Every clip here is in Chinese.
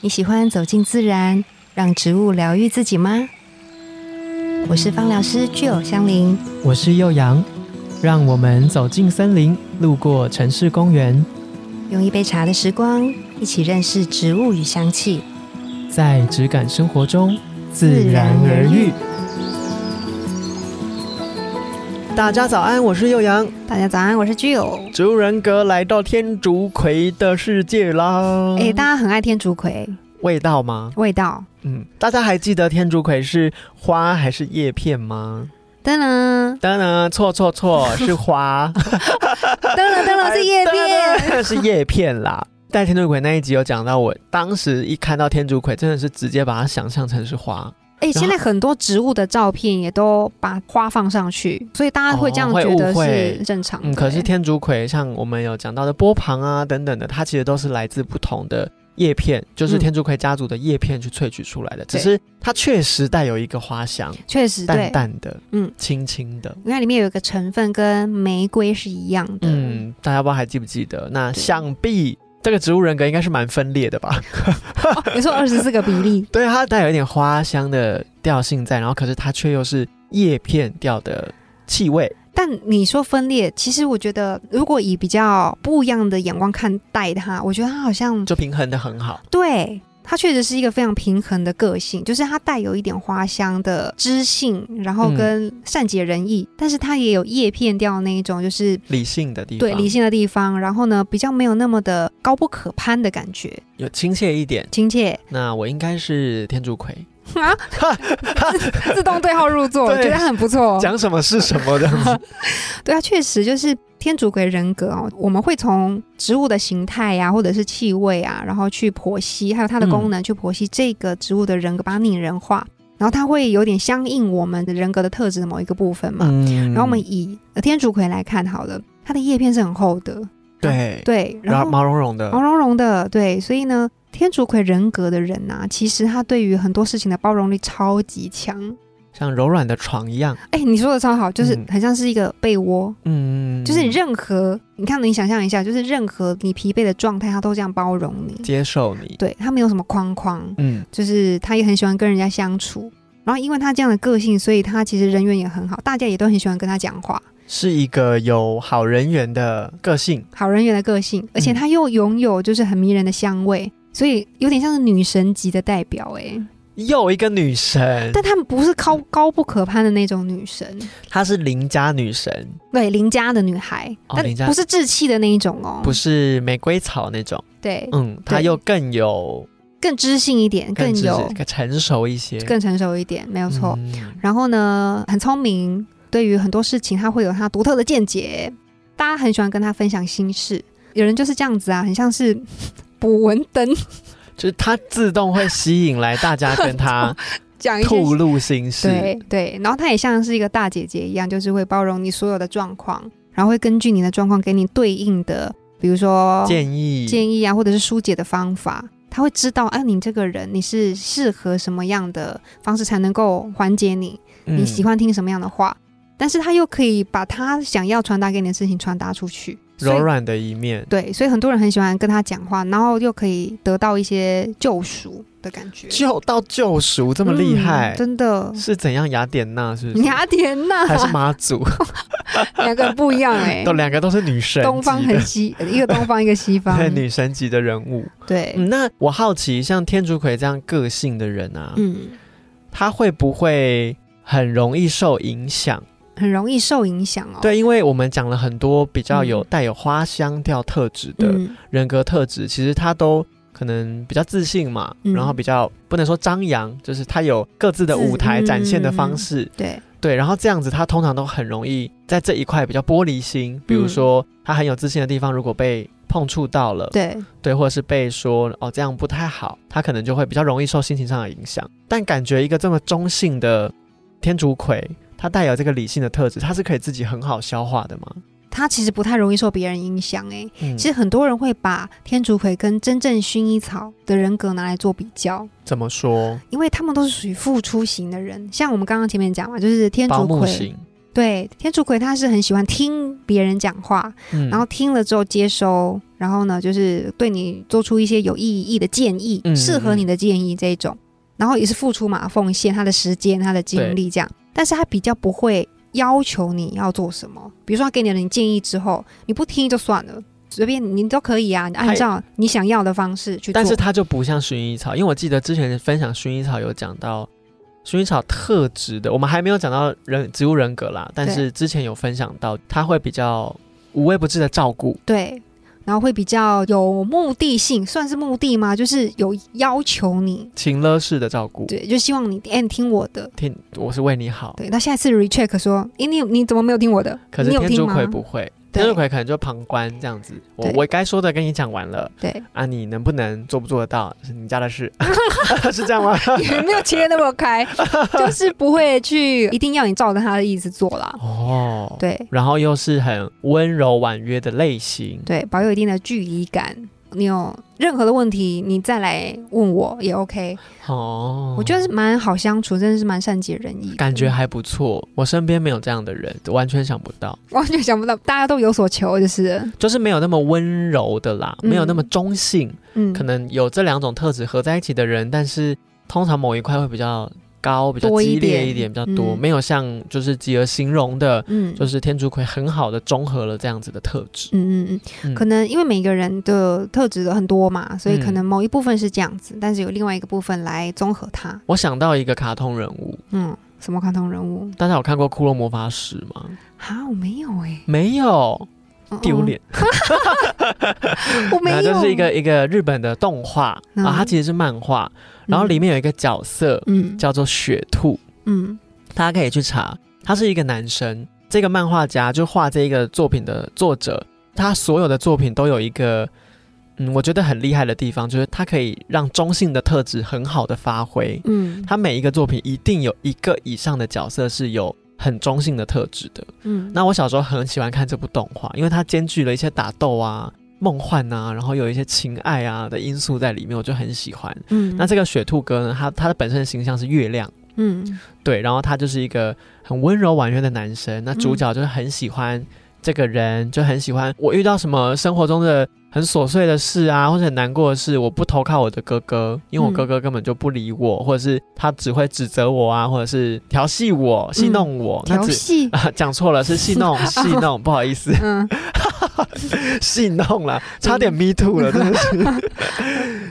你喜欢走进自然，让植物疗愈自己吗？我是芳疗师具有香林，我是幼阳，让我们走进森林，路过城市公园，用一杯茶的时光，一起认识植物与香气。在质感生活中自然而愈。大家早安，我是幼阳。大家早安，我是具有。植物人格来到天竺葵的世界啦！哎、大家很爱天竺葵味道吗？味道，嗯，大家还记得天竺葵是花还是叶片吗？噔 噔当然，啊错错错，是花。噔噔噔哦噔是叶片，片，哎 是叶片啦。在天竺葵那一集有讲到，我当时一看到天竺葵，真的是直接把它想象成是花，哎、现在很多植物的照片也都把花放上去，所以大家会这样哦会觉得误会是正常的、嗯，可是哎天竺葵像我们有讲到的波旁啊等等的，它其实都是来自不同的叶片，就是嗯天竺葵家族的叶片去萃取出来的，只对是它确实带有一个花香，确实对，淡淡的，嗯嗯，轻轻的。因为里面有一个成分跟玫瑰是一样的。嗯，大家不知道还记不记得？那想必这个植物人格应该是蛮分裂的吧？哦 你说二十四个比例对，它带有一点花香的调性在，然后可是它却又是叶片调的气味。但你说分裂，其实我觉得，如果以比较不一样的眼光看待它，我觉得它好像就平衡的很好。对它确实是一个非常平衡的个性，就是它带有一点花香的知性，然后嗯跟善解人意，但是它也有叶片调那一种，就是理性的地方，对理性的地方，然后呢比较没有那么的高不可攀的感觉，有亲切一点。亲 切那我应该是天竺葵，啊，自自动对号入座，我对觉得很不错。讲什么是什么这 样子。对啊，确实就是天竺葵人格哦，我们会从植物的形态呀、或者是气味啊，然后去剖析，还有它嗯的功能，去剖析这个植物的人格，把它拟人化，然后它会有点相应我们的人格的特质的某一个部分嘛。嗯然后我们以呃天竺葵来看好了，它的叶片是很厚的，对，对，然然后后毛茸茸的毛，茸茸的，对，所以呢，天竺葵人格的人呐、其实他对于很多事情的包容力超级强。像柔软的床一样。哎，你说的超好，就是嗯很像是一个被窝，嗯，就是你任何，你看，你想象一下，就是任何你疲惫的状态，他都这样包容你。接受你。对他没有什么框框，嗯，就是他也很喜欢跟人家相处。然后因为他这样的个性，所以他其实人缘也很好，大家也都很喜欢跟他讲话，是一个有好人缘的个性。好人缘的个性，而且嗯他又拥有就是很迷人的香味，所以有点像是女神级的代表哎、嗯又一个女神，但他们不是高高不可攀的那种女神，她是邻家女神，对邻家的女孩，哦邻但家不是稚气的那一种哦，不是玫瑰草那种。对，嗯，她对又更有更知性一点，更知有更成熟一些，更成熟一点，没有错。嗯然后呢，很聪明，对于很多事情他会有他独特的见解，大家很喜欢跟他分享心事。有人就是这样子啊，很像是补文灯就是她自动会吸引来大家 跟她讲一些吐露心事。对对，然后他也像是一个大姐姐一样，就是会包容你所有的状况，然后会根据你的状况给你对应的，比如说建议哦建议啊，或者是疏解的方法。他会知道，啊，你这个人你是适合什么样的方式才能够缓解你，嗯你喜、欢听什么样的话，但是他又可以把他想要传达给你的事情传达出去，嗯、所以柔软的一面。对，所以很多人很喜欢跟他讲话，然后又可以得到一些救赎的感觉，救到救赎这么厉害嗯，真的。是怎样？雅典娜是不是？雅典娜还是妈祖？ 两个人不一样哎、 都两个都是女神级的，东方 和西，一个东方一个西方，对女神级的人物。对嗯，那我好奇，像天竺葵这样个性的人啊，嗯，他会不会很容易受影响？很容易受影响哦。对，因为我们讲了很多比较有嗯带有花香调特质的嗯，人格特质，其实他都可能比较自信嘛，嗯然后比较不能说张扬，就是他有各自的自舞台展现的嗯方式。对，对，然后这样子，他通常都很容易在这一块比较玻璃心，嗯比如说他很有自信的地方，如果被碰触到了，对，对，或者是被说哦这样不太好，他可能就会比较容易受心情上的影响。但感觉一个这么中性的天竺葵，它带有这个理性的特质，它是可以自己很好消化的嘛？他其实不太容易受别人影响哎、嗯，其实很多人会把天竺葵跟真正薰衣草的人格拿来做比较，怎么说？因为他们都是属于付出型的人。像我们刚刚前面讲嘛，就是天保竺姆葵，型，对，天竺葵它是很喜欢听别人讲话，嗯，然后听了之后接收，然后呢，就是对你做出一些有意义的建议，嗯适合你的建议这一种，然后也是付出嘛，奉献他的时间、他的精力这样，但是他比较不会要求你要做什么，比如说他给你了你建议之后，你不听就算了。随便你你都可以啊，你按照你想要的方式去做。但是它就不像薰衣草，因为我记得之前分享薰衣草有讲到薰衣草特质的，我们还没有讲到人植物人格啦，但是之前有分享到它会比较无微不至的照顾，对，然后会比较有目的性，算是目的吗？就是有要求你，情勒式的照顾，对，就希望你，哎、你听我的。听我是为你好。对，那下一次 recheck 说，哎、你你怎么没有听我的？可是你有天听竺吗葵？不会，对天竺葵可能就旁观这样子，我对我该说的跟你讲完了对，啊，你能不能做不做得到是你家的 事， 是这样吗？也没有切那么 开，就是不会去一定要你照着他的意思做啦。哦，，对然后又是很温柔婉约的类型，对，保有一定的距离感。你有任何的问题，你再来问我也 OK。哦，我觉得是蛮好相处，真的是蛮善解人意的，感觉还不错，我身边没有这样的人，完全想不到，完全想不到，大家都有所求，就是就是没有那么温柔的啦，嗯没有那么中性，嗯，可能有这两种特质合在一起的人，但是通常某一块会比较高，比较多一激烈点一点，比较多，嗯没有像就是吉儿形容的，嗯就是天竺葵很好的中和了这样子的特质，嗯嗯嗯嗯，可能因为每个人的特质很多嘛，所以嗯可能某一部分是这样子，但是有另外一个部分来综合它。我想到一个卡通人物，嗯，什么卡通人物？大家有看过《骷髅魔法使》吗？哈，我没有哎、没有，嗯丢，脸。嗯我没那有。就是一个一个日本的动画，嗯啊，它其实是漫画，然后里面有一个角色嗯，叫做雪兔，嗯大家可以去查，他是一个男生。这个漫画家就画这一个作品的作者，他所有的作品都有一个，嗯，我觉得很厉害的地方，就是他可以让中性的特质很好的发挥。嗯他每一个作品一定有一个以上的角色是有很中性的特质的。嗯，那我小时候很喜欢看这部动画，因为它兼具了一些打斗啊、梦幻啊，然后有一些情爱啊的因素在里面，我就很喜欢。嗯那这个雪兔哥呢，他他的本身的形象是月亮。嗯对，然后他就是一个很温柔婉约的男生。那嗯主角就是很喜欢这个人，就很喜欢我遇到什么生活中的很琐碎的事啊，或者很难过的事，我不投靠我的哥哥，因为我嗯哥哥根本就不理我，或者是他只会指责我啊，或者是调戏我、戏弄我。嗯那调只，戏啊啊， 讲错了，是戏弄，戏弄，不好意思，嗯戏弄了，差点 me too 了，真的是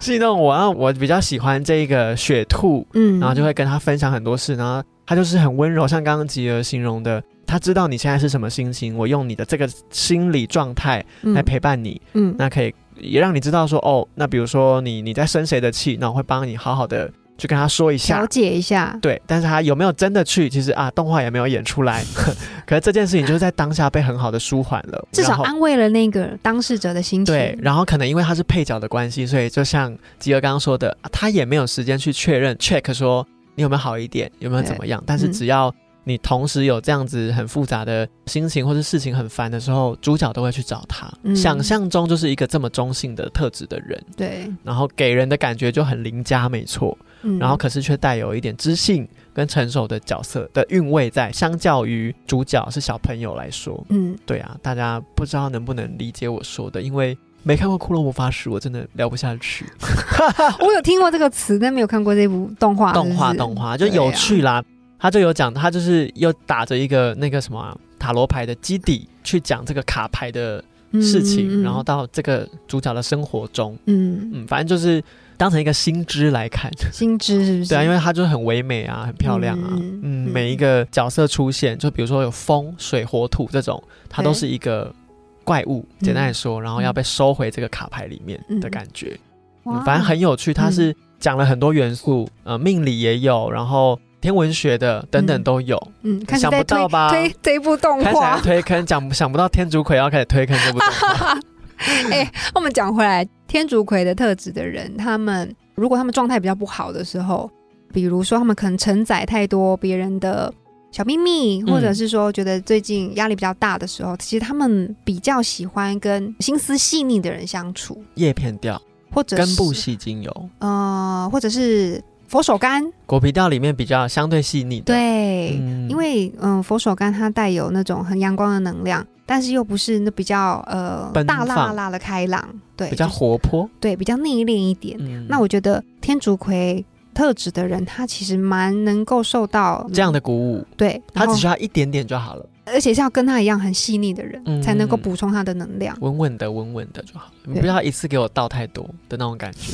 戏弄我。然后我比较喜欢这个雪兔，嗯，然后就会跟他分享很多事，然后他就是很温柔，像刚刚吉儿形容的，他知道你现在是什么心情，我用你的这个心理状态来陪伴你，嗯，那可以也让你知道说，哦，那比如说你你在生谁的气，那我会帮你好好的去跟他说一调下。解一下，对，但是他有没有真的去？其实啊，动画也没有演出来， 可是这件事情就是在当下被很好的舒缓了，至然少后安慰了那个当事者的心情。对，然后可能因为他是配角的关系，所以就像吉儿刚刚说的，啊他也没有时间去确认 check 说你有没有好一点，有没有怎么样。但是嗯只要你同时有这样子很复杂的心情或是事情很烦的时候，主角都会去找他。嗯想象中就是一个这么中性的特质的人，对，然后给人的感觉就很邻家，没错。嗯然后可是却带有一点知性跟成熟的角色的韵味在，相较于主角是小朋友来说，嗯，对啊，大家不知道能不能理解我说的，因为没看过《骷髅魔法使》，我真的聊不下去。啊我有听过这个词，但没有看过这部动画。动画啊是不是动画就有趣啦，他就有讲，他就是又打着一个那个什么啊、塔罗牌的基底去讲这个卡牌的事情，嗯嗯嗯然后到这个主角的生活中，嗯，嗯，反正就是当成一个新知来看。心知是不是？对啊，因为它就是很唯美啊，很漂亮啊。嗯嗯嗯每一个角色出现，就比如说有风、水、火、土这种，它都对是一个怪物，嗯简单来说，然后要被收回这个卡牌里面嗯的感觉。嗯哇嗯反正很有趣，它是讲了很多元素，呃，命理也有，然后天文学的等等嗯都有。嗯，开始想不在推到吧推这一部动开始来画。推坑，讲想不到天竺葵要开始推坑这部动画。 哎、 我们讲回来，天竺葵的特质的人，他们如果他们状态比较不好的时候，比如说他们可能承载太多别人的小秘密，嗯或者是说觉得最近压力比较大的时候，其实他们比较喜欢跟心思细腻的人相处，叶片调、或者根部是细精油，呃，或者是佛手柑，果皮调里面比较相对细腻的，对，嗯因为嗯，佛手柑它带有那种很阳光的能量，但是又不是那比较呃奔大辣放辣的开朗，对，比较就是活泼。对比较内敛一点。嗯那我觉得天竺葵特质的人，他其实蛮能够受到嗯这样的鼓舞，对，它然后只需要一点点就好了，而且是要跟他一样很细腻的人，嗯才能够补充他的能量。稳稳的，稳稳的就好了。你对不要一次给我倒太多的那种感觉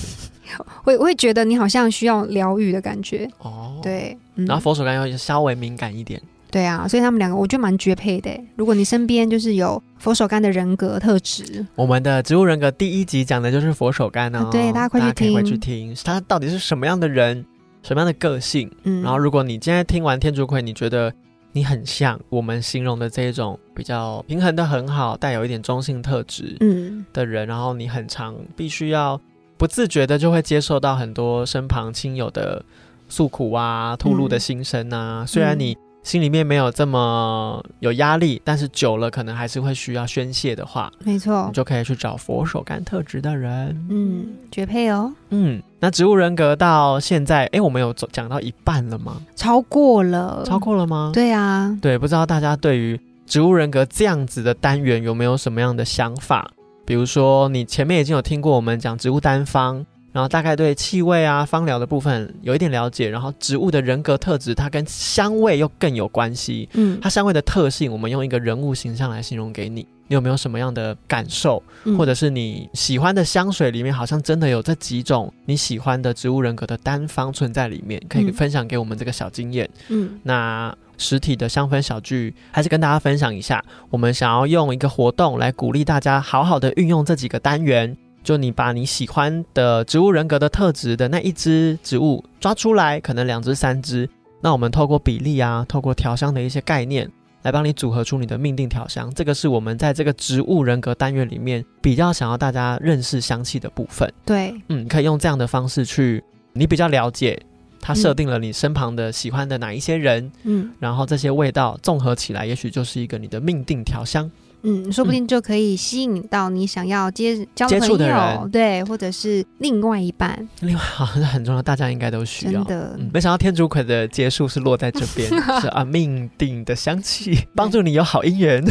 会会觉得你好像需要疗愈的感觉，哦。，对，嗯然后佛手柑要稍微敏感一点，对啊，所以他们两个我觉得蛮绝配的欸。如果你身边就是有佛手柑的人格特质，我们的植物人格第一集讲的就是佛手柑哦，啊对大家快去可以听回去听，它到底是什么样的人，什么样的个性。嗯，然后，如果你今天听完天竺葵，你觉得你很像我们形容的这一种比较平衡的很好，带有一点中性特质嗯，的人，然后你很常必须要不自觉的就会接受到很多身旁亲友的诉苦啊、吐露的嗯心声啊，虽然你。心里面没有这么有压力，但是久了可能还是会需要宣泄的话，没错你，就可以去找佛手柑特质的人。嗯，绝配哦，嗯，那植物人格到现在，诶，我们有走讲到一半了吗？超过了，超，过了吗？对啊，对不知道大家对于植物人格这样子的单元有没有什么样的想法？比如说，你前面已经有听过我们讲植物单方，然后大概对气味啊、芳疗的部分有一点了解，然后植物的人格特质，它跟香味又更有关系。嗯它香味的特性，我们用一个人物形象来形容给你，你有没有什么样的感受？嗯或者是你喜欢的香水里面，好像真的有这几种你喜欢的植物人格的单方存在里面，可以嗯分享给我们这个小经验。嗯那实体的香氛小聚，还是跟大家分享一下，我们想要用一个活动来鼓励大家好好的运用这几个单元。就你把你喜欢的植物人格的特质的那一只植物抓出来，可能两只、三只，那我们透过比例啊，透过调香的一些概念，来帮你组合出你的命定调香。这个是我们在这个植物人格单元里面比较想要大家认识香气的部分。对，嗯，可以用这样的方式去，你比较了解它设嗯定了你身旁的喜欢的哪一些人，嗯然后这些味道综合起来，也许就是一个你的命定调香。嗯，说不定就可以吸引到你想要接交接触朋的友，人对，或者是另外一半，另外，好像很重要，大家应该都需真要。的，嗯，没想到天竺葵的结束是落在这 边，是啊，命定的香气帮助你有好姻缘，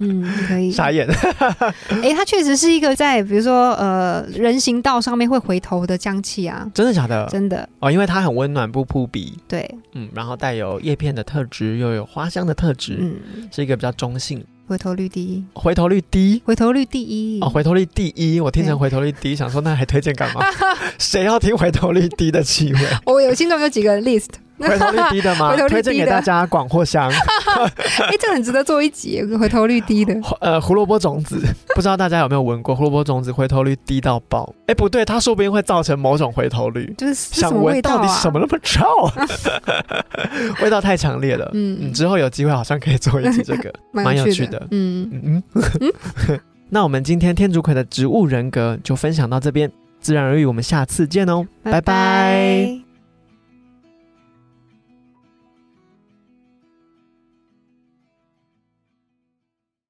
嗯，可以， 傻眼。哎、它确实是一个在比如说呃人行道上面会回头的香气啊，真的假的？真的哦，因为它很温暖，不扑鼻，对，嗯，然后带有叶片的特质，又有花香的特质，嗯，是一个比较中性，回头率第一，回头率低。回头率第一，哦，回头率第一，我听成回头率低，想说那还推荐 干嘛？谁要听回头率低的气味？我有心中有几个 list， 回头率 低的吗？回头率低推的荐给大家广藿香，哎、这个很值得做一集，有个回头率低的，呃，胡萝卜种子， 不知道大家有没有闻过？胡萝卜种子回头率低到爆，哎，不对，它说不定会造成某种回头率。就是是什想么闻味道到底啊？什么那么 臭？味道太强烈了。嗯嗯，之后有机会好像可以做一集这 个。蛮有趣的嗯，嗯嗯。 那我们今天天竺葵的植物人格就分享到这边，自然而然，我们下次见哦，拜拜